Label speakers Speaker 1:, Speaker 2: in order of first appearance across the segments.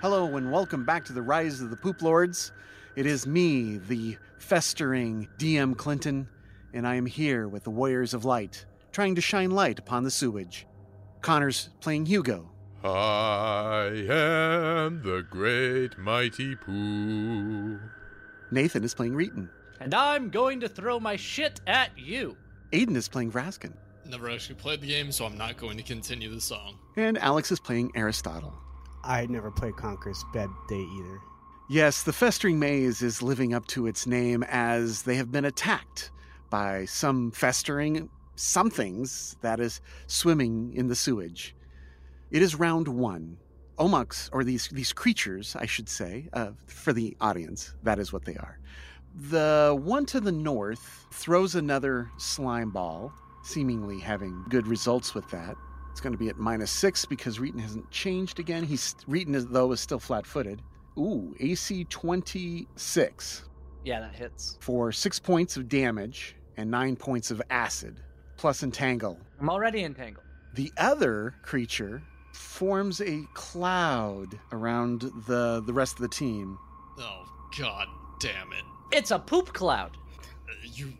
Speaker 1: Hello and welcome back to the Rise of the Poop Lords. It is me, the festering DM Clinton, and I am here with the Warriors of Light, trying to shine light upon the sewage. Connor's playing Hugo.
Speaker 2: I am the great mighty Pooh.
Speaker 1: Nathan is playing Reeton.
Speaker 3: And I'm going to throw my shit at you.
Speaker 1: Aiden is playing Vraskin.
Speaker 4: Never actually played the game, so I'm not going to continue the song.
Speaker 1: And Alex is playing Aristotle.
Speaker 5: I never played Conqueror's Bad Day either.
Speaker 1: Yes, the festering maze is living up to its name as they have been attacked by some festering somethings that is swimming in the sewage. It is round one. Omux, or these, these creatures, I should say, uh, for the audience, that is what they are. The one to the north throws another slime ball, seemingly having good results with that. It's going to be at minus six because Reeton hasn't changed again. He's Reeton is, though is still flat-footed. Ooh, AC twenty-six
Speaker 3: Yeah, that hits.
Speaker 1: for six points of damage and nine points of acid plus entangle.
Speaker 3: I'm already entangled.
Speaker 1: The other creature forms a cloud around the the rest of the team.
Speaker 4: Oh, god damn it.
Speaker 3: It's a poop cloud.
Speaker 4: You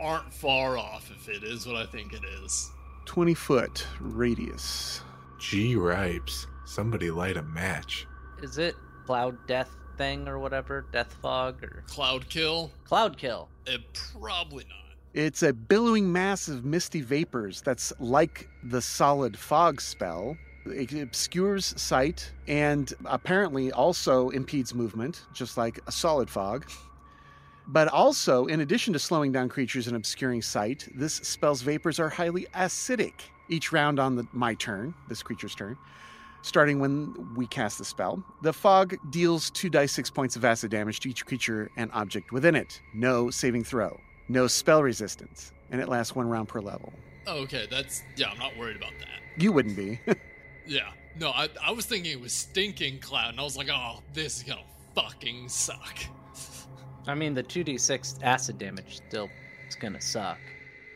Speaker 4: aren't far off if it is what I think it is.
Speaker 1: Twenty foot radius.
Speaker 2: Gee ripes. Somebody light a match.
Speaker 3: Is it cloud death thing or whatever? Death fog or
Speaker 4: Cloud kill?
Speaker 3: cloud kill?
Speaker 4: Eh, probably not.
Speaker 1: It's a billowing mass of misty vapors that's like the solid fog spell. It obscures sight and apparently also impedes movement, just like a solid fog. But also, in addition to slowing down creatures and obscuring sight, this spell's vapors are highly acidic. Each round on the, my turn, this creature's turn, starting when we cast the spell, the fog deals 2 dice 6 points of acid damage to each creature and object within it. No saving throw no spell resistance, and it lasts one round per level.
Speaker 4: Okay, that's. Yeah, I'm not worried about that.
Speaker 1: You wouldn't be.
Speaker 4: Yeah. No, I, I was thinking it was stinking cloud, and I was like, oh, this is gonna fucking suck.
Speaker 3: I mean, the 2d6 acid damage still is gonna suck.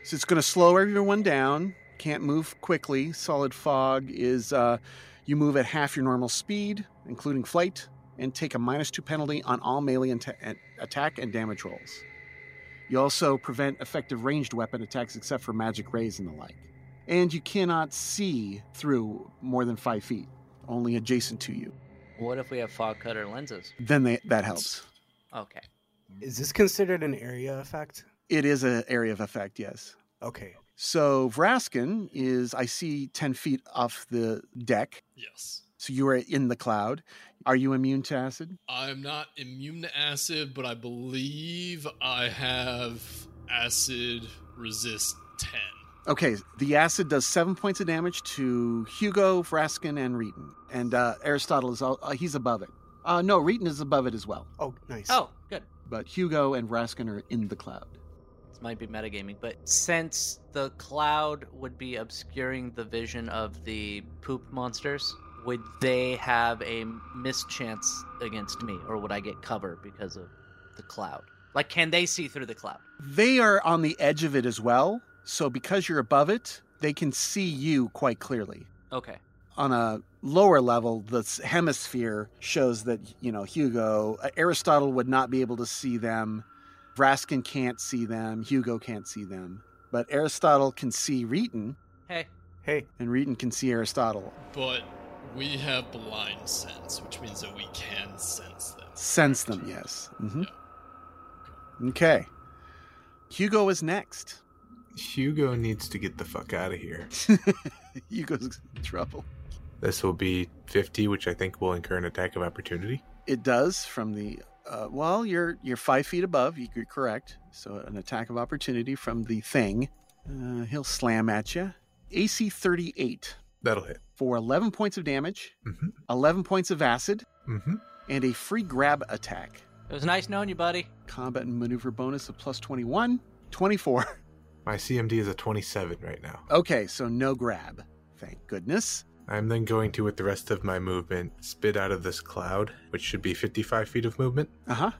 Speaker 1: so it's going to slow everyone down. Can't move quickly. Solid fog is uh, you move at half your normal speed, including flight, and take a minus two penalty on all melee and and attack and damage rolls. You also prevent effective ranged weapon attacks except for magic rays and the like. And you cannot see through more than five feet, only adjacent to you.
Speaker 3: What if we have fog cutter lenses?
Speaker 1: Then they, that helps.
Speaker 3: Okay.
Speaker 5: Is this considered an area effect?
Speaker 1: It is an area of effect, yes.
Speaker 5: Okay.
Speaker 1: So Vraskin is, I see 10 feet off the deck.
Speaker 4: Yes.
Speaker 1: So you are in the cloud. Are you immune to acid?
Speaker 4: I'm not immune to acid, but I believe I have acid resist 10.
Speaker 1: Okay, the acid does seven points of damage to Hugo, Vraskin, and Reeton. And uh, Aristotle is, all, uh, he's above it. Uh, no, Reeton is above it as well.
Speaker 5: Oh, nice.
Speaker 3: Oh, good.
Speaker 1: But Hugo and Vraskin are in the cloud.
Speaker 3: This might be metagaming, but since the cloud would be obscuring the vision of the poop monsters, would they have a mischance against me, or would I get cover because of the cloud? Like, can they see through the cloud?
Speaker 1: They are on the edge of it as well. So because you're above it, they can see you quite clearly.
Speaker 3: Okay.
Speaker 1: on a lower level, the s- hemisphere shows that, you know, Hugo, uh, Aristotle would not be able to see them. Raskin can't see them. Hugo can't see them. But Aristotle can see Reeton,
Speaker 3: Hey,
Speaker 5: Hey,
Speaker 1: and Reeton can see Aristotle.
Speaker 4: But we have blind sense, which means that we can sense them.
Speaker 1: Sense them, yes. hmm Okay. Hugo is next.
Speaker 2: Hugo needs to get the fuck out of here.
Speaker 1: Hugo's in trouble.
Speaker 2: This will be 50, which I think will incur an attack of opportunity.
Speaker 1: It does from the. Uh, well, you're you're five feet above. you- You're correct. So an attack of opportunity from the thing. Uh, he'll slam at you. AC 38
Speaker 2: That'll hit.
Speaker 1: for 11 points of damage,
Speaker 2: Mhm.
Speaker 1: 11 points of acid,
Speaker 2: Mm-hmm.
Speaker 1: and a free grab attack.
Speaker 3: it was nice knowing you, buddy.
Speaker 1: Combat and maneuver bonus of plus 21, 24.
Speaker 2: My CMD is a 27 right now.
Speaker 1: Okay, so no grab. Thank goodness.
Speaker 2: I'm then going to, with the rest of my movement, spit out of this cloud, which should be 55 feet of movement.
Speaker 1: Uh huh.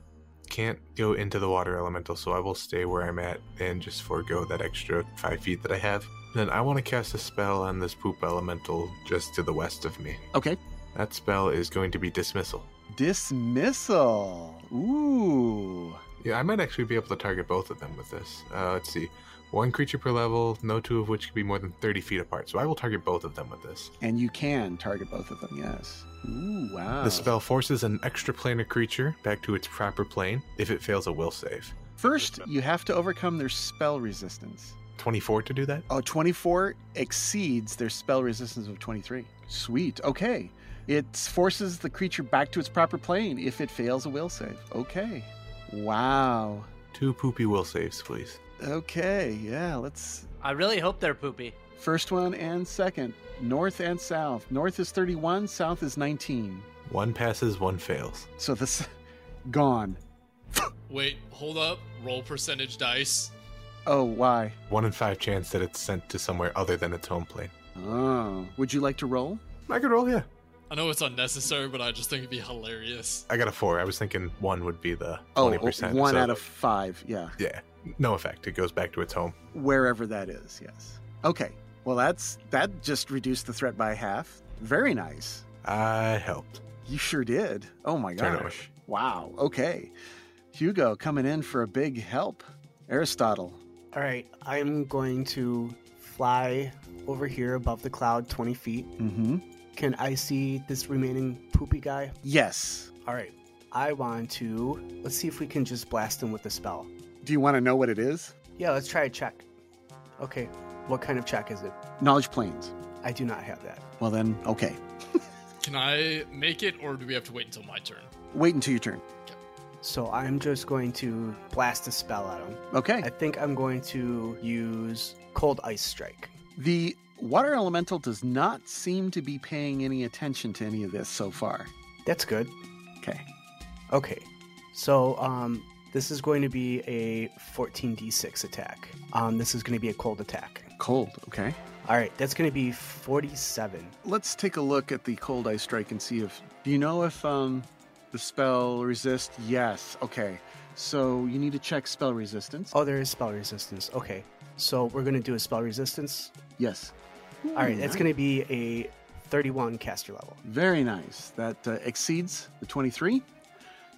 Speaker 2: Can't go into the water elemental, so I will stay where I'm at and just forego that extra 5 feet that I have. Then I want to cast a spell on this poop elemental just to the west of me.
Speaker 1: Okay.
Speaker 2: That spell is going to be dismissal.
Speaker 1: Dismissal. Ooh.
Speaker 2: Yeah, I might actually be able to target both of them with this. Uh, let's see. One creature per level, no two of which could be more than 30 feet apart, so I will target both of them with this.
Speaker 1: And you can target both of them, yes. Ooh, wow.
Speaker 2: The spell forces an extraplanar creature back to its proper plane if it fails a will save.
Speaker 1: First, you have to overcome their spell resistance.
Speaker 2: 24 to do that?
Speaker 1: Oh, 24 exceeds their spell resistance of 23. Sweet. Okay. It forces the creature back to its proper plane if it fails a will save. Okay. Wow.
Speaker 2: Two poopy will saves, please.
Speaker 1: Okay. Yeah, let's.
Speaker 3: I really hope they're poopy.
Speaker 1: First one and second. North and south. North is 31, south is 19.
Speaker 2: One passes, one fails.
Speaker 1: So this. Gone.
Speaker 4: Wait, hold up. Roll percentage dice.
Speaker 1: Oh, why?
Speaker 2: One in five chance that it's sent to somewhere other than its home plane.
Speaker 1: Oh. Would you like to roll?
Speaker 2: I could roll, yeah.
Speaker 4: I know it's unnecessary, but I just think it'd be hilarious.
Speaker 2: I got a four. I was thinking one would be the
Speaker 1: Oh,
Speaker 2: 20%.
Speaker 1: one
Speaker 2: so-
Speaker 1: out of five. Yeah.
Speaker 2: Yeah, no effect. It goes back to its home.
Speaker 1: wherever that is. Yes. Okay. Well, that's that just reduced the threat by half. Very nice.
Speaker 2: I helped.
Speaker 1: You sure did. Oh my
Speaker 2: Turn it
Speaker 1: gosh. Wow. Okay. Hugo coming in for a big help. Aristotle.
Speaker 5: All right, I'm going to fly over here above the cloud 20 feet.
Speaker 1: Mm-hmm.
Speaker 5: Can I see this remaining poopy guy?
Speaker 1: Yes.
Speaker 5: All right, I want to. Let's see if we can just blast him with the spell.
Speaker 1: Do you want to know what it is?
Speaker 5: Yeah, let's try a check. Okay, what kind of check is it?
Speaker 1: Knowledge planes.
Speaker 5: I do not have that.
Speaker 1: Well then, okay.
Speaker 4: Can I make it, or do we have to wait until my turn?
Speaker 1: Wait until your turn.
Speaker 5: So I'm just going to blast a spell at him.
Speaker 1: Okay.
Speaker 5: I think I'm going to use Cold Ice Strike.
Speaker 1: The water elemental does not seem to be paying any attention to any of this so far.
Speaker 5: That's good.
Speaker 1: Okay.
Speaker 5: Okay. So um, this is going to be a 14d6 attack. Um, this is going to be a cold attack.
Speaker 1: Cold. Okay.
Speaker 5: All right, that's going to be 47.
Speaker 1: Let's take a look at the cold ice strike and see if. Do you know if um, the spell resist? Yes. Okay. So you need to check spell resistance.
Speaker 5: Oh, there is spell resistance. Okay. So we're going to do a spell resistance.
Speaker 1: Yes. Hmm.
Speaker 5: All right, that's going to be a 31 caster level.
Speaker 1: Very nice. That uh, exceeds the 23.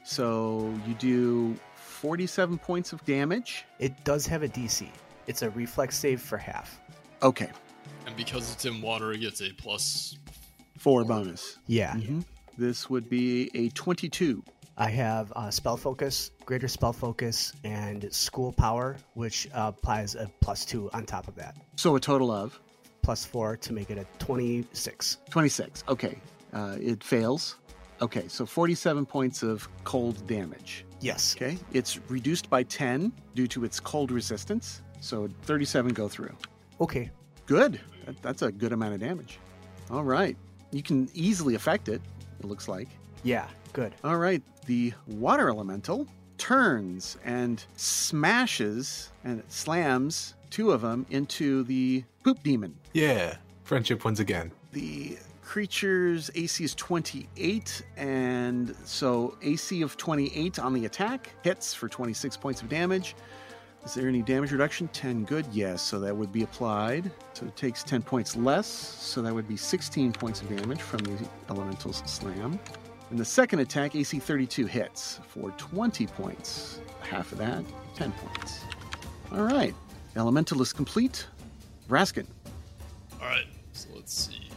Speaker 1: So you do 47 points of damage.
Speaker 5: It does have a DC. It's a reflex save for half.
Speaker 1: Okay.
Speaker 4: And because it's in water, it gets a plus.
Speaker 1: Four bonus.
Speaker 5: Yeah.
Speaker 1: Mhm. This would be a 22.
Speaker 5: I have uh, spell focus, greater spell focus, and school power, which uh, applies a plus two on top of that,
Speaker 1: So a total of
Speaker 5: plus four to make it a 26.
Speaker 1: 26. Okay. Uh, it fails. Okay. So 47 points of cold damage.
Speaker 5: Yes.
Speaker 1: Okay, it's reduced by 10 due to its cold resistance. So 37 go through.
Speaker 5: Okay.
Speaker 1: Good. That, that's a good amount of damage. All right. You can easily affect it, it looks like.
Speaker 5: Yeah. Good.
Speaker 1: All right. The water elemental turns and smashes and it slams two of them into the poop demon.
Speaker 2: Yeah, friendship once again.
Speaker 1: The creature's AC is 28, and so AC of 28 on the attack hits for 26 points of damage. Is there any damage reduction? 10 good, yes, so that would be applied. So it takes 10 points less, so that would be 16 points of damage from the elemental's slam. And the second attack, AC 32 hits for 20 points. Half of that, 10 points. All right, elemental is complete. Raskin,
Speaker 4: All right, so let's see.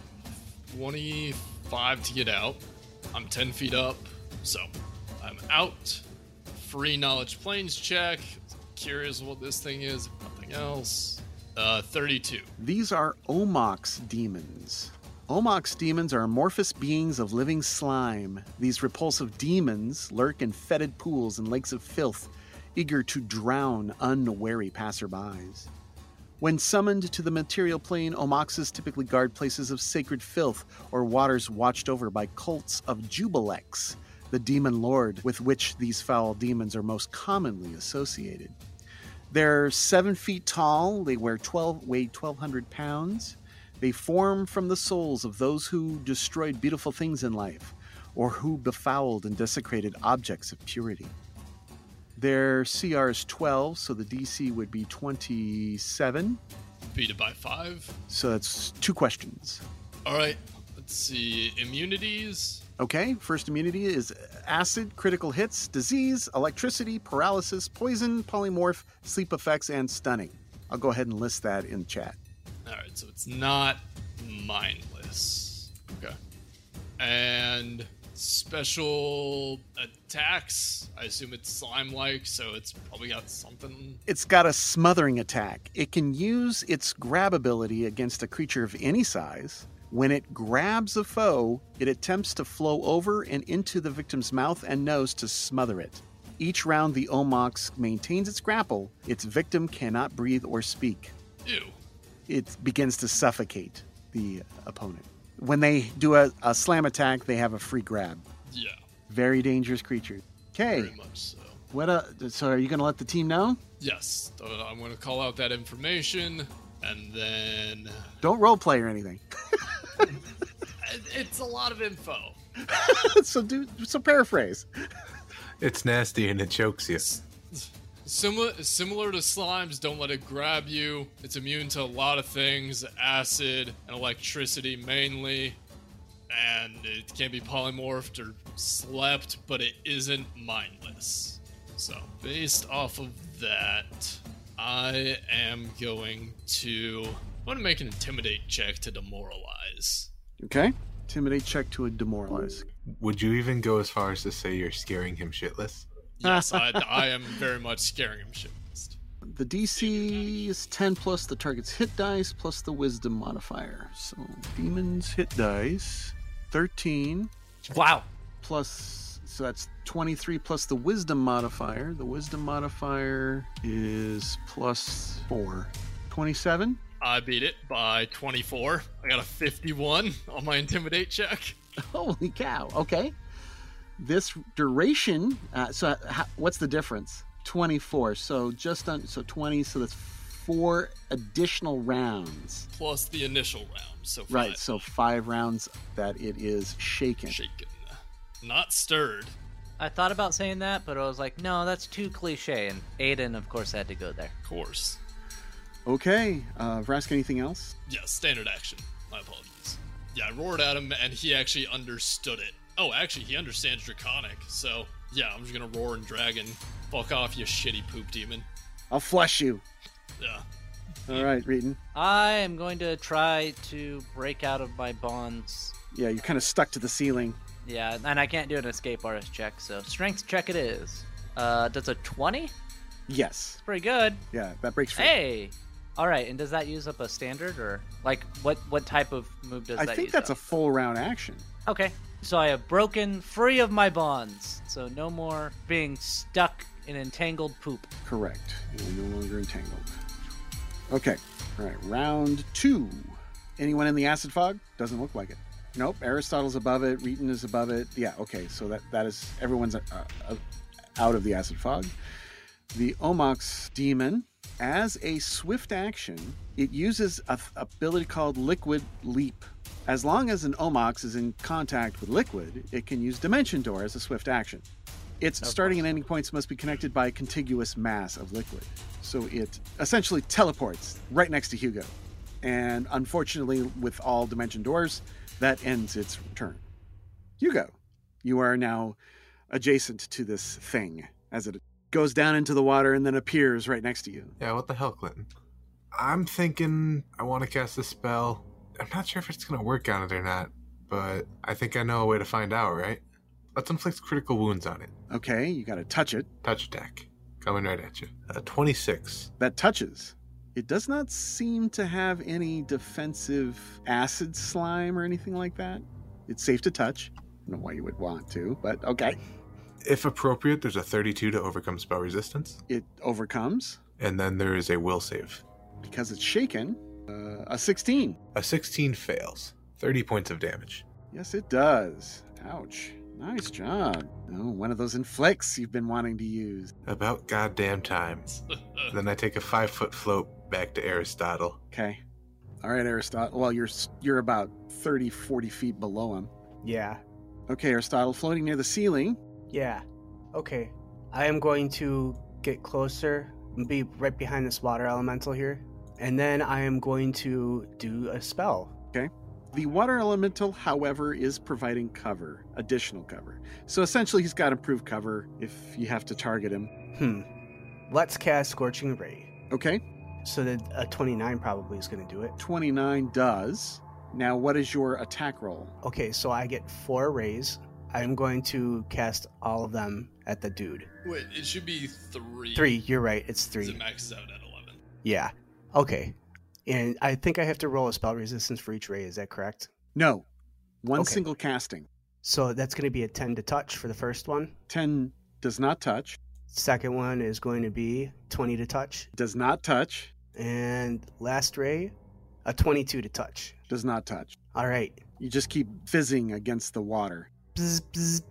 Speaker 4: 25 to get out. I'm 10 feet up, so I'm out. Free knowledge planes check. Curious what this thing is, if nothing else. Uh, 32.
Speaker 1: These are Omox demons. Omox demons are amorphous beings of living slime. These repulsive demons lurk in fetid pools and lakes of filth, eager to drown unwary passerbys. When summoned to the material plane, Omoxes typically guard places of sacred filth or waters watched over by cults of Jubilex, the demon lord with which these foul demons are most commonly associated. They're seven feet tall. They wear twelve, weigh twelve hundred pounds. They form from the souls of those who destroyed beautiful things in life, or who befouled and desecrated objects of purity. Their CR is 12, so the DC would be 27.
Speaker 4: Beat it by five.
Speaker 1: So that's two questions.
Speaker 4: All right. Let's see. Immunities.
Speaker 1: Okay, first immunity is acid, critical hits, disease, electricity, paralysis, poison, polymorph, sleep effects, and stunning. I'll go ahead and list that in chat.
Speaker 4: All right. So it's not mindless. Okay. And special attacks. I assume it's slime like, so it's probably got something.
Speaker 1: It's got a smothering attack. It can use its grab ability against a creature of any size. When it grabs a foe, it attempts to flow over and into the victim's mouth and nose to smother it. Each round the Omox maintains its grapple, its victim cannot breathe or speak.
Speaker 4: Ew.
Speaker 1: It begins to suffocate the opponent. When they do a, a slam attack, they have a free grab.
Speaker 4: Yeah.
Speaker 1: Very dangerous creature. Okay,
Speaker 4: Very much so.
Speaker 1: what? Uh, so are you going to let the team know?
Speaker 4: Yes, uh, I'm going to call out that information, and then
Speaker 1: Don't role play or anything.
Speaker 4: It- it's a lot of info.
Speaker 1: so do so paraphrase.
Speaker 2: It's nasty and it chokes you.
Speaker 4: Similar, similar to slimes, don't let it grab you. It's immune to a lot of things, acid and electricity mainly, and it can be polymorphed or slept, but it isn't mindless. So, based off of that, I am going to. I'm going to make an intimidate check to demoralize.
Speaker 1: Okay. Intimidate check to demoralize.
Speaker 2: Would you even go as far as to say you're scaring him shitless?
Speaker 4: Yes, I, I am very much scaring him shitless.
Speaker 1: The DC is 10 plus the target's hit dice plus the wisdom modifier. So demons hit dice 13
Speaker 3: Wow.
Speaker 1: plus so that's 23 plus the wisdom modifier. The wisdom modifier is plus 4. 27.
Speaker 4: I beat it by 24. I got a 51 on my intimidate check.
Speaker 1: Holy cow. Okay. This duration uh, so how, what's the difference? 24. So just on so 20 so that's four additional rounds.
Speaker 4: plus the initial round. So five.
Speaker 1: Right, so five rounds that it is shaken.
Speaker 4: shaken, not stirred.
Speaker 3: I thought about saying that, but I was like, no, that's too cliche. And Aiden, of course, had to go there.
Speaker 4: Of course.
Speaker 1: Okay, uh, Vrask, anything else?
Speaker 4: Yeah, standard action. My apologies. Yeah, I roared at him, and he actually understood it. Oh, actually, he understands draconic. So yeah, I'm just gonna roar and dragon. Fuck off, you shitty poop demon.
Speaker 1: I'll flush you.
Speaker 4: Yeah.
Speaker 1: All right, Reeton.
Speaker 3: I am going to try to break out of my bonds.
Speaker 1: Yeah, you're kind of stuck to the ceiling.
Speaker 3: Yeah, and I can't do an escape artist check, so strength check it is. Uh, does a 20?
Speaker 1: Yes.
Speaker 3: Pretty good.
Speaker 1: Yeah, that breaks free.
Speaker 3: Hey! All right, and does that use up a standard or like what what type of move does
Speaker 1: I
Speaker 3: that
Speaker 1: think
Speaker 3: use
Speaker 1: that's
Speaker 3: up?
Speaker 1: a full round action.
Speaker 3: Okay. So I have broken free of my bonds. So no more being stuck in entangled poop.
Speaker 1: Correct. You're no longer entangled. Okay. All right, round two. Anyone in the acid fog? Doesn't look like it. Nope. Aristotle's above it. Reeton is above it. Yeah. Okay. So that that is everyone's uh, uh, out of the acid fog. The Omox demon, as a swift action, it uses a th- ability called Liquid Leap. As long as an Omox is in contact with liquid, it can use Dimension Door as a swift action. Its starting and ending points must be connected by a contiguous mass of liquid. So it essentially teleports right next to Hugo. And unfortunately, with all dimension doors, that ends its turn. Hugo, you are now adjacent to this thing as it goes down into the water and then appears right next to you.
Speaker 2: Yeah, what the hell, Clinton? I'm thinking I want to cast a spell. I'm not sure if it's going to work on it or not, but I think I know a way to find out, right? Let's inflict critical wounds on it.
Speaker 1: Okay, you got to touch it.
Speaker 2: Touch attack. Coming right at you. Uh, 26.
Speaker 1: That touches. It does not seem to have any defensive acid slime or anything like that. It's safe to touch. I don't know why you would want to, but okay.
Speaker 2: If appropriate, there's a 32 to overcome spell resistance,
Speaker 1: It overcomes
Speaker 2: and then there is a will save.
Speaker 1: because it's shaken. Uh, a 16.
Speaker 2: A 16 fails. 30 points of damage.
Speaker 1: Yes, it does. Ouch. Nice job. Oh, one of those inflicts you've been wanting to use.
Speaker 2: About goddamn time. Then I take a five foot float back to Aristotle.
Speaker 1: Okay. All right, Aristotle. Well, you're s- you're about 30, 40 feet below him.
Speaker 5: Yeah.
Speaker 1: Okay, Aristotle, floating near the ceiling.
Speaker 5: Yeah. Okay. I am going to get closer and be right behind this water elemental here. And then I am going to do a spell.
Speaker 1: The water elemental, however, is providing cover, additional cover. So essentially, he's got improved cover if you have to target him.
Speaker 5: Hmm. Let's cast Scorching Ray.
Speaker 1: Okay,
Speaker 5: So that a 29 probably is going to do it.
Speaker 1: 29 does. Now, what is your attack roll?
Speaker 5: Okay, so I get four rays. I'm going to cast all of them at the dude.
Speaker 4: Wait, it should be three.
Speaker 5: Three, you're right, it's
Speaker 4: 'cause It
Speaker 5: three.
Speaker 4: maxes out at eleven.
Speaker 5: Yeah. Okay. And I think I have to roll a spell resistance for each ray, is that correct?
Speaker 1: No, one
Speaker 5: Okay.
Speaker 1: single casting.
Speaker 5: So that's going to be a 10 to touch for the first one.
Speaker 1: 10 does not touch,
Speaker 5: Second one is going to be 20 to touch.
Speaker 1: does not touch,
Speaker 5: And last ray, a 22 to touch.
Speaker 1: does not touch.
Speaker 5: All right.
Speaker 1: You just keep fizzing against the water.
Speaker 5: Bzz, bzz.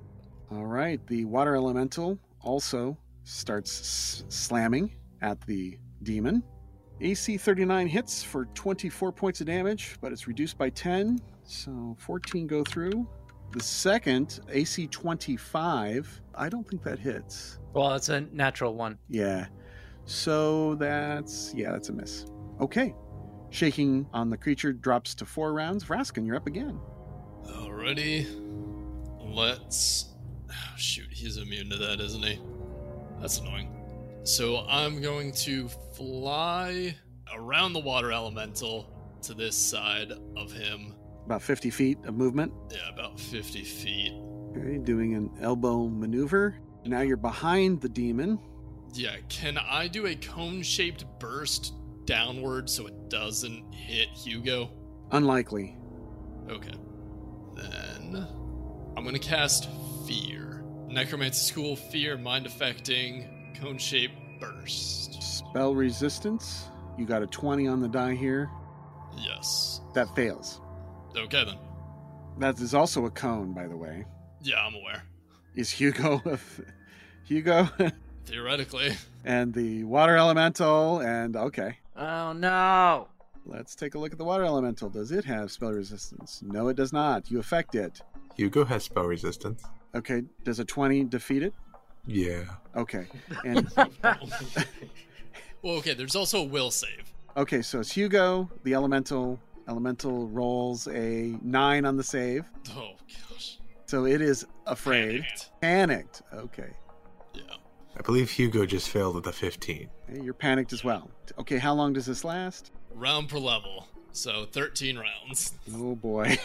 Speaker 1: All right, the water elemental also starts s- slamming at the demon. AC 39 hits for 24 points of damage, but it's reduced by 10, so 14 go through. The second, AC 25, I don't think that hits.
Speaker 3: Well, it's a natural one.
Speaker 1: Yeah. So that's yeah, that's a miss. Okay. Shaking on the creature drops to four rounds. Vraskin, you're up again.
Speaker 4: Alrighty. Let's. Oh, shoot, he's immune to that, isn't he? That's annoying. So I'm going to fly around the water elemental to this side of him.
Speaker 1: About 50 feet of movement.
Speaker 4: Yeah, about 50 feet.
Speaker 1: Okay, doing an elbow maneuver. Now you're behind the demon.
Speaker 4: Yeah, can I do a cone shaped burst downward so it doesn't hit Hugo?
Speaker 1: Unlikely.
Speaker 4: Okay. Then I'm gonna cast Fear. Necromancy School Fear, Mind Affecting, Cone Shaped Burst.
Speaker 1: Spell resistance. You got a 20 on the die here.
Speaker 4: Yes.
Speaker 1: That fails.
Speaker 4: Okay then.
Speaker 1: That is also a cone, by the way.
Speaker 4: Yeah, I'm aware.
Speaker 1: Is Hugo of Hugo
Speaker 4: Theoretically,
Speaker 1: and the water elemental and okay.
Speaker 3: Oh no!
Speaker 1: Let's take a look at the water elemental. Does it have spell resistance? No, it does not. You affect it.
Speaker 2: Hugo has spell resistance.
Speaker 1: Okay, does a 20 defeat it?
Speaker 2: Yeah.
Speaker 1: Okay. And
Speaker 4: well, okay. There's also a will save.
Speaker 1: okay, so it's Hugo, the elemental. Elemental rolls a 9 on the save.
Speaker 4: Oh gosh.
Speaker 1: So it is afraid.
Speaker 4: Panicked.
Speaker 1: Panicked. Okay.
Speaker 4: Yeah.
Speaker 2: I believe Hugo just failed at the 15.
Speaker 1: Hey, You're panicked as well. Okay, how long does this last?
Speaker 4: Round per level, so 13 rounds.
Speaker 1: Oh boy.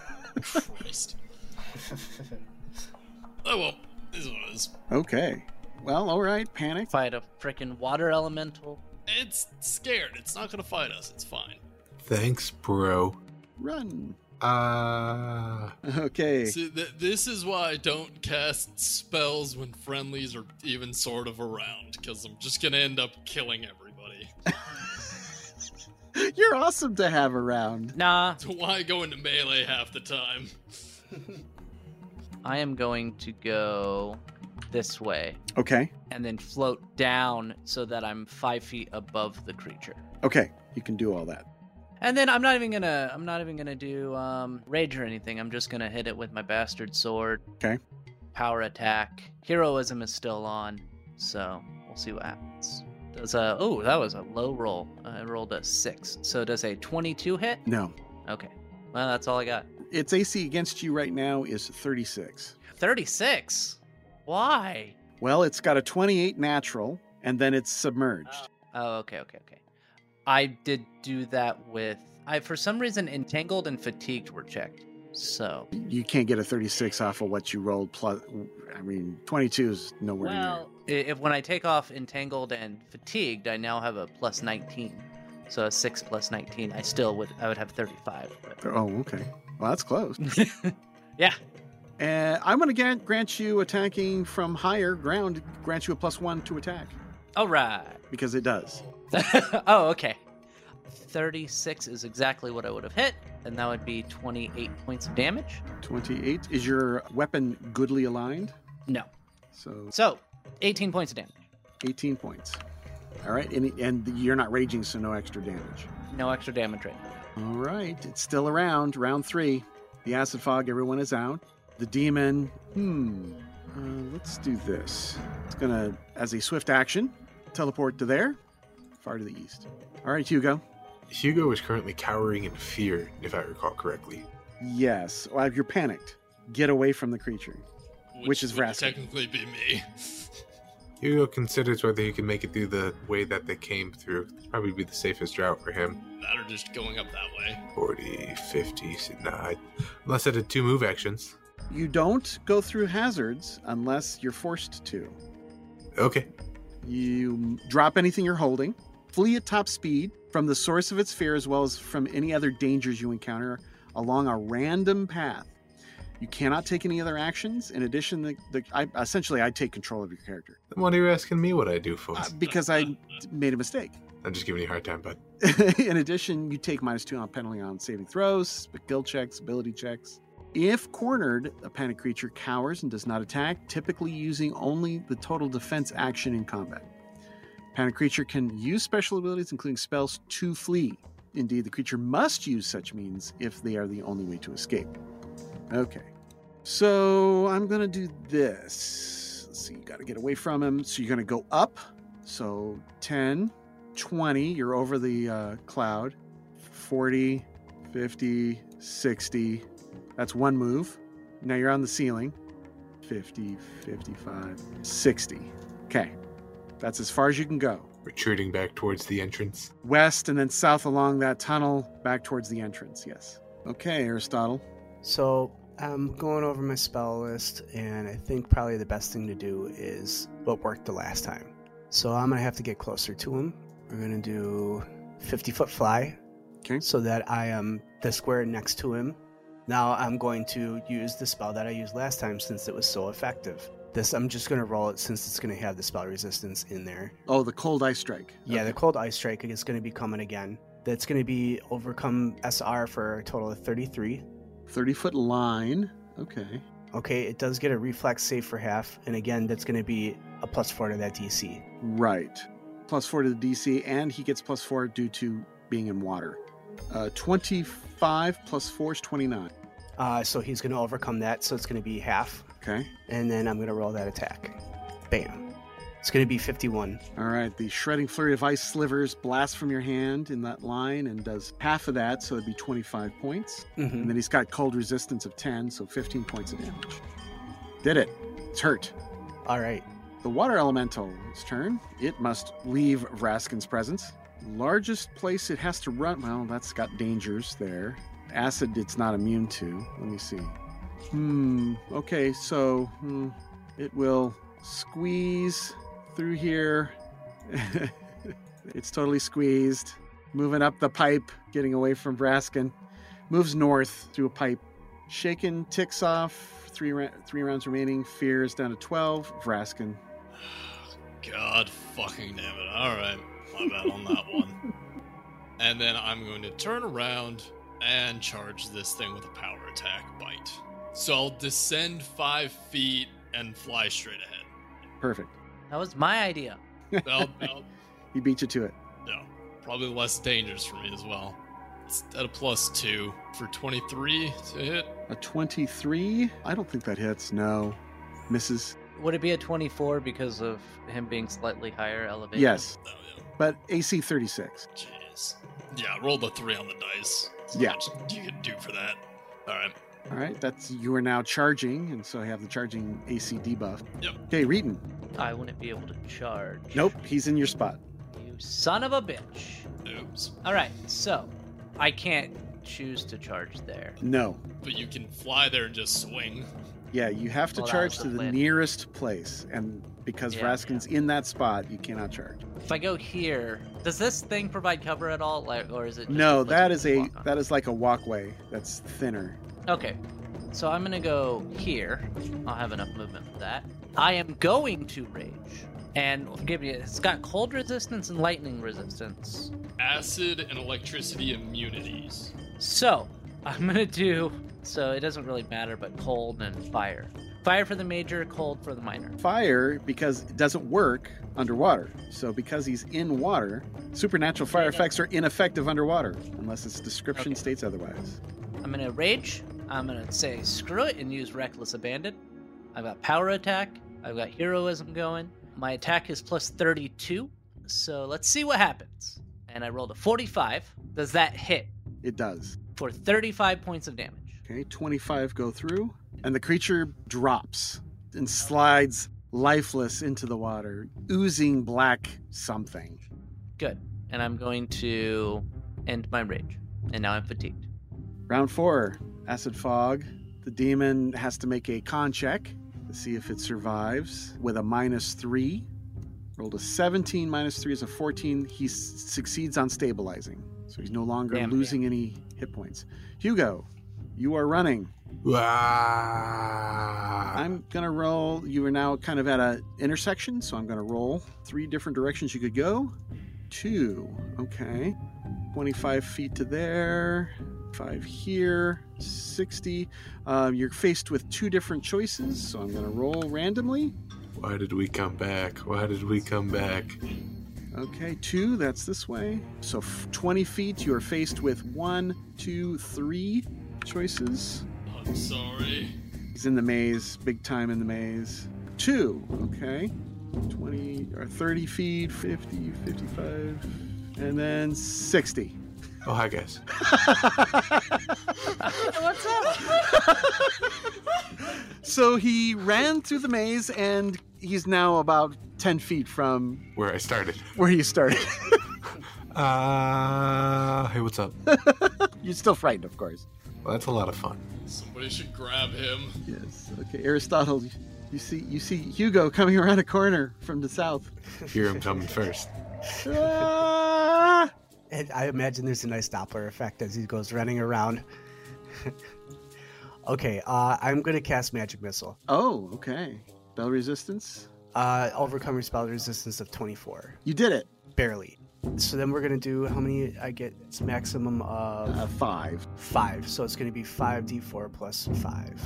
Speaker 4: Christ. oh well. This is what it is.
Speaker 1: Okay. Well, all right, panic.
Speaker 3: Fight a freaking water elemental.
Speaker 4: It's scared. It's not gonna fight us. It's fine.
Speaker 2: Thanks, bro.
Speaker 1: Run.
Speaker 2: Uh,
Speaker 1: Okay.
Speaker 4: See, th- this is why I don't cast spells when friendlies are even sort of around, because I'm just gonna end up killing everybody.
Speaker 1: You're awesome to have around.
Speaker 3: Nah,
Speaker 4: So why go into melee half the time?
Speaker 3: I am going to go this way
Speaker 1: Okay.
Speaker 3: and then float down so that I'm five feet above the creature.
Speaker 1: Okay. You can do all that.
Speaker 3: And then I'm not even gonna I'm not even gonna do um, rage or anything. I'm just gonna hit it with my bastard sword.
Speaker 1: Okay.
Speaker 3: Power attack. Heroism is still on, so we'll see what happens. Does a oh that was a low roll. I rolled a six. So does a 22 hit?
Speaker 1: No.
Speaker 3: Okay. Well, that's all I got.
Speaker 1: Its AC against you right now is 36.
Speaker 3: 36. Why?
Speaker 1: Well, it's got a 28 natural, and then it's submerged.
Speaker 3: Oh, okay, okay, okay. I did do that with. I for some reason entangled and fatigued were checked. So
Speaker 1: You can't get a 36 off of what you rolled. Plus, I mean, 22 is nowhere
Speaker 3: well, i- if when I take off entangled and fatigued, I now have a plus 19. So a six plus 19, I still would I would have 35.
Speaker 1: near. Oh, okay. Well, that's close.
Speaker 3: But... yeah.
Speaker 1: Uh, I'm going to grant, grant you attacking from higher ground, grant you a plus one to attack
Speaker 3: All right.
Speaker 1: because it does.
Speaker 3: oh, okay. 36 is exactly what I would have hit, and that would be 28 points of damage.
Speaker 1: 28. Is your weapon goodly aligned?
Speaker 3: No.
Speaker 1: So
Speaker 3: So 18 points of damage.
Speaker 1: 18 points. All right. And, and you're not raging, so no extra damage.
Speaker 3: No extra damage right now.
Speaker 1: All right, it's still around. Round three. The acid fog, everyone is out. The demon, hmm, uh, let's do this. It's gonna, as a swift action, teleport to there, far to the east. All right, Hugo.
Speaker 2: Hugo is currently cowering in fear, if I recall correctly.
Speaker 1: Yes, well, you're panicked. Get away from the creature. Which is
Speaker 4: would
Speaker 1: Vraska.
Speaker 4: technically be me.
Speaker 2: Hugo considers whether he can make it through the way that they came through. It'd probably be the safest route for him.
Speaker 4: that are just going up that way.
Speaker 2: 40, 50, so- nah. I- Unless I did two move actions.
Speaker 1: You don't go through hazards unless you're forced to.
Speaker 2: Okay.
Speaker 1: You drop anything you're holding, flee at top speed from the source of its fear as well as from any other dangers you encounter along a random path. You cannot take any other actions. In addition, the, the, I, essentially, I take control of your character
Speaker 2: Then what are you asking me what I do for?
Speaker 1: uh, because I made a mistake.
Speaker 2: I'm just giving you a hard time, bud.
Speaker 1: in addition, you take minus two on penalty on saving throws, guild checks, ability checks. If cornered, a panic creature cowers and does not attack, typically using only the total defense action in combat. Panic creature can use special abilities, including spells, to flee. Indeed, the creature must use such means if they are the only way to escape. Okay. So I'm going to do this. Let's see, you got to get away from him. So you're going to go up. So 10, 20, you're over the uh, cloud. 40, 50, 60. That's one move. Now you're on the ceiling. 50, 55, 60. Okay. That's as far as you can go.
Speaker 2: Retreating back towards the entrance.
Speaker 1: West and then south along that tunnel back towards the entrance. Yes. Okay, Aristotle.
Speaker 5: So I'm going over my spell list, and I think probably the best thing to do is what worked the last time. So I'm gonna have to get closer to him. We're gonna do 50 foot fly,
Speaker 1: 'Kay.
Speaker 5: so that I am the square next to him. Now I'm going to use the spell that I used last time since it was so effective. This I'm just gonna roll it since it's gonna have the spell resistance in there.
Speaker 1: Oh, the cold ice strike.
Speaker 5: Yeah,
Speaker 1: Okay.
Speaker 5: the cold ice strike is going to be coming again. That's going to be overcome SR for a total of 33.
Speaker 1: 30 foot line. Okay.
Speaker 5: Okay, it does get a reflex save for half, and again, that's going to be a plus four to that DC.
Speaker 1: Right. Plus four to the DC, and he gets plus four due to being in water. Uh, 25 plus four is 29.
Speaker 5: Uh, so he's going to overcome that, so it's going to be half,
Speaker 1: Okay.
Speaker 5: and then I'm going to roll that attack. Bam. It's going to be 51.
Speaker 1: All right. The shredding flurry of ice slivers blasts from your hand in that line and does half of that, so it'd be 25 points.
Speaker 5: hmm
Speaker 1: And then he's got cold resistance of 10, so 15 points of damage. Did it. It's hurt.
Speaker 5: All right.
Speaker 1: The water elemental's turn. It must leave Vraskin's presence. Largest place it has to run. Well, that's got dangers there. Acid, it's not immune to. Let me see. Hmm. Okay, so hmm, it will squeeze through here. it's totally squeezed. Moving up the pipe, getting away from Vraskin. Moves north through a pipe. Shaken ticks off. Three, ra- three rounds remaining. Fear is down to 12. Vraskin
Speaker 4: God fucking damn it. Alright. My bad on that one. And then I'm going to turn around and charge this thing with a power attack bite. So I'll descend five feet and fly straight ahead.
Speaker 1: Perfect.
Speaker 3: That was my idea.
Speaker 4: I'll, I'll-
Speaker 1: He beat you to it.
Speaker 4: no. Probably less dangerous for me as well. It's at a plus two for 23 to hit.
Speaker 1: A 23? I don't think that hits. No. Misses.
Speaker 3: Would it be a 24 because of him being slightly higher elevation?
Speaker 1: Yes.
Speaker 4: Oh, yeah.
Speaker 1: But AC 36.
Speaker 4: Jeez. Yeah, roll the three on the dice. See
Speaker 1: Yeah.
Speaker 4: what You can do for that. Alright.
Speaker 1: All right. That's you are now charging, and so I have the charging AC debuff.
Speaker 4: Yep.
Speaker 1: Okay, Reeton.
Speaker 3: I wouldn't be able to charge.
Speaker 1: Nope, he's in your spot.
Speaker 3: You son of a bitch.
Speaker 4: Oops.
Speaker 3: All right, so I can't choose to charge there.
Speaker 1: No.
Speaker 4: But you can fly there and just swing.
Speaker 1: Yeah, you have to
Speaker 3: Well, that
Speaker 1: charge
Speaker 3: was
Speaker 1: to
Speaker 3: the
Speaker 1: the
Speaker 3: plan.
Speaker 1: nearest place, and because
Speaker 3: Yeah,
Speaker 1: Raskin's in that spot, you cannot charge.
Speaker 3: If I go here, does this thing provide cover at all, like, or is it? Just
Speaker 1: No,
Speaker 3: a place
Speaker 1: that
Speaker 3: we
Speaker 1: is
Speaker 3: can
Speaker 1: a
Speaker 3: walk on?
Speaker 1: that is like a walkway that's thinner.
Speaker 3: Okay, so I'm gonna go here. I'll have enough movement for that. I am going to rage, and give you. It's got cold resistance and lightning resistance.
Speaker 4: acid and electricity immunities.
Speaker 3: So I'm gonna do. So it doesn't really matter, but cold and fire. Fire for the major, cold for the minor.
Speaker 1: Fire, because it doesn't work underwater. So because he's in water, supernatural fire effects are ineffective underwater unless its description
Speaker 3: Okay.
Speaker 1: states otherwise.
Speaker 3: I'm gonna rage. I'm gonna say screw it and use reckless abandon. I've got power attack. I've got heroism going. My attack is plus 32. So let's see what happens. And I rolled a 45. Does that hit
Speaker 1: It does.
Speaker 3: for 35 points of damage?
Speaker 1: Okay, 25 go through, and the creature drops and slides lifeless into the water, oozing black something.
Speaker 3: Good. And I'm going to end my rage. And now I'm fatigued.
Speaker 1: Round four, acid fog. The demon has to make a con check to see if it survives with a minus three. Rolled a 17, minus three is a 14. He s- succeeds on stabilizing, so he's no longer
Speaker 3: Damn,
Speaker 1: losing any hit points. Hugo, you are running.
Speaker 2: Wow.
Speaker 1: I'm gonna roll. You are now kind of at a intersection, so I'm gonna roll three different directions you could go. Two, okay, 25 feet to there, five here, 60. Uh, you're faced with two different choices, so I'm gonna roll randomly.
Speaker 2: Why did we come back? Why did we come back?
Speaker 1: Okay, two, that's this way. So f- 20 feet, you are faced with one, two, three choices.
Speaker 4: I'm sorry.
Speaker 1: He's in the maze, big time in the maze. Two, okay. 20 or 30 feet, 50, 55, and then 60.
Speaker 2: Oh, hi guys.
Speaker 3: What's up?
Speaker 1: So he ran through the maze and he's now about 10 feet from
Speaker 2: Where I started.
Speaker 1: where you started.
Speaker 2: Uh, hey, what's up?
Speaker 1: You're still frightened, of course.
Speaker 2: Well, that's a lot of fun.
Speaker 4: Somebody should grab him.
Speaker 1: Yes. Okay, Aristotle, you see you see Hugo coming around a corner from the south.
Speaker 2: Hear him coming first.
Speaker 1: Ah!
Speaker 5: And I imagine there's a nice Doppler effect as he goes running around. okay, uh, I'm going to cast Magic Missile.
Speaker 1: Oh, okay. Bell resistance.
Speaker 5: Uh, overcoming spell resistance of 24.
Speaker 1: You did it.
Speaker 5: Barely. So then we're going to do how many I get? It's maximum of
Speaker 1: A 5.
Speaker 5: five. So it's going to be 5d4 plus five.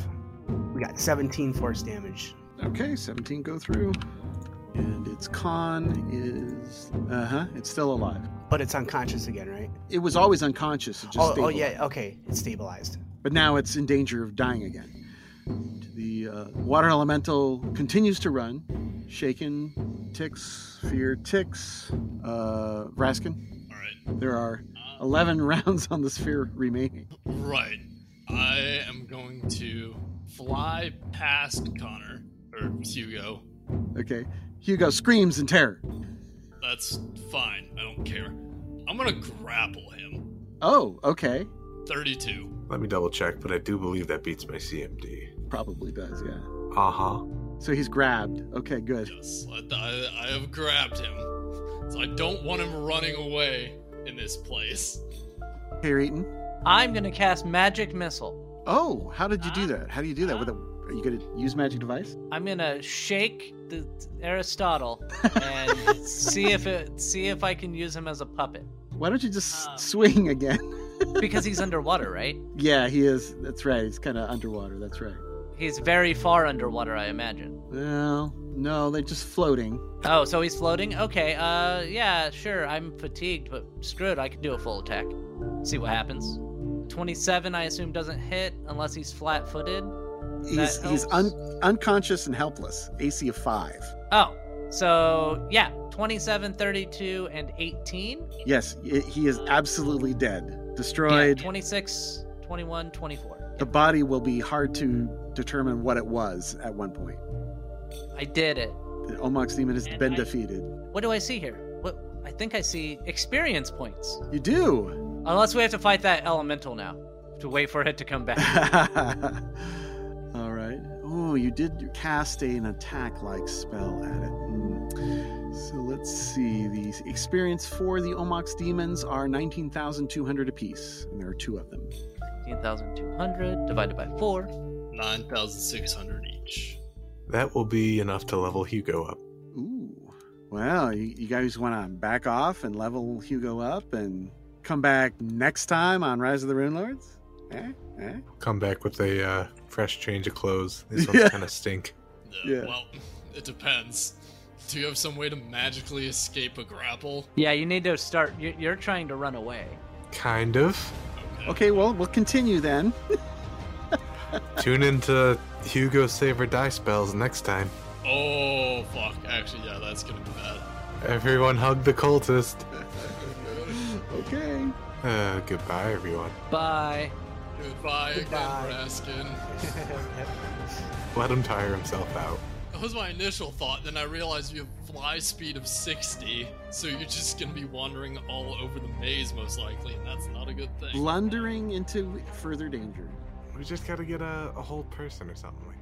Speaker 5: We got 17 force damage.
Speaker 1: Okay, 17 go through. And its con is. Uh huh, it's still alive.
Speaker 5: But it's unconscious again, right?
Speaker 1: It was always unconscious. It just
Speaker 5: Oh, oh,
Speaker 1: stabilized.
Speaker 5: yeah, okay. It's stabilized.
Speaker 1: But now it's in danger of dying again. The uh, water elemental continues to run. Shaken, ticks, fear, ticks. Uh, Raskin,
Speaker 4: Alright. Uh,
Speaker 1: there are 11 rounds on the sphere remaining.
Speaker 4: Right. I am going to fly past Connor, or Hugo.
Speaker 1: Okay, Hugo screams in terror.
Speaker 4: That's fine. I don't care. I'm gonna grapple him.
Speaker 1: Oh, okay.
Speaker 4: 32.
Speaker 2: Let me double check, but I do believe that beats my CMD.
Speaker 1: Probably does, yeah.
Speaker 2: Uh huh.
Speaker 1: So he's grabbed. Okay, good.
Speaker 4: Yes, I, I, I have grabbed him. So I don't want him running away in this place.
Speaker 1: Here, Eaton.
Speaker 3: I'm gonna cast magic missile.
Speaker 1: Oh, how did you do
Speaker 3: Ah.
Speaker 1: that? How do you do that? With a, are you going to use magic device?
Speaker 3: I'm gonna shake the Aristotle and see if it see if I can use him as a puppet
Speaker 1: Why don't you just
Speaker 3: Um.
Speaker 1: swing again?
Speaker 3: because he's underwater, right?
Speaker 1: yeah, he is. That's right. He's kind of underwater. That's right.
Speaker 3: He's very far underwater, I imagine.
Speaker 1: Well, no, they're just floating.
Speaker 3: Oh, so he's floating? Okay. Uh, yeah, sure. I'm fatigued, but screw it. I can do a full attack. See what happens. 27, I assume, doesn't hit unless he's flat-footed.
Speaker 1: He's he's
Speaker 3: helps.
Speaker 1: un, unconscious and helpless. AC of five.
Speaker 3: Oh, so yeah, 27, 32, and 18.
Speaker 1: Yes, i he is absolutely dead.
Speaker 3: Yeah,
Speaker 1: Destroyed.
Speaker 3: 26, 21, 24.
Speaker 1: the body will be hard to determine what it was at one point.
Speaker 3: I did it.
Speaker 1: The Omox demon has
Speaker 3: And
Speaker 1: been
Speaker 3: I-
Speaker 1: defeated.
Speaker 3: What do I see here? What I think I see experience points.
Speaker 1: You do.
Speaker 3: Unless we have to fight that elemental now. To wait for it to come back.
Speaker 1: All right. Oh, you did cast an attack-like spell at it. Hmm. So let's see. The experience for the Omox demons are 19,200 apiece, and there are two of them.
Speaker 3: 15,200 divided by 4.
Speaker 4: 9,600 each.
Speaker 2: That will be enough to level Hugo up.
Speaker 1: Ooh. Well, you, you guys want to back off and level Hugo up and come back next time on Rise of the Rune Lords? Eh? Eh?
Speaker 2: Come back with a uh, fresh change of clothes. These ones
Speaker 1: Yeah.
Speaker 2: kind of stink.
Speaker 4: Uh,
Speaker 1: Yeah.
Speaker 4: Well, it depends. Do you have some way to magically escape a grapple?
Speaker 3: Yeah, you need to start. you- You're trying to run away.
Speaker 2: Kind of.
Speaker 4: Okay.
Speaker 1: Okay, well, we'll continue then.
Speaker 2: Tune into Hugo Save or Die spells next time.
Speaker 4: Oh fuck! Actually, yeah, that's gonna be bad.
Speaker 2: Everyone hug the cultist.
Speaker 1: Okay.
Speaker 2: Uh, goodbye, everyone.
Speaker 3: Bye.
Speaker 4: Goodbye,
Speaker 5: Goodbye.
Speaker 4: again, Raskin.
Speaker 2: Let him tire himself out.
Speaker 4: That was my initial thought. Then I realized you have fly speed of 60, so you're just gonna be wandering all over the maze most likely, and that's not a good thing.
Speaker 1: Blundering into further danger.
Speaker 2: We just gotta get a, a whole person or something like that.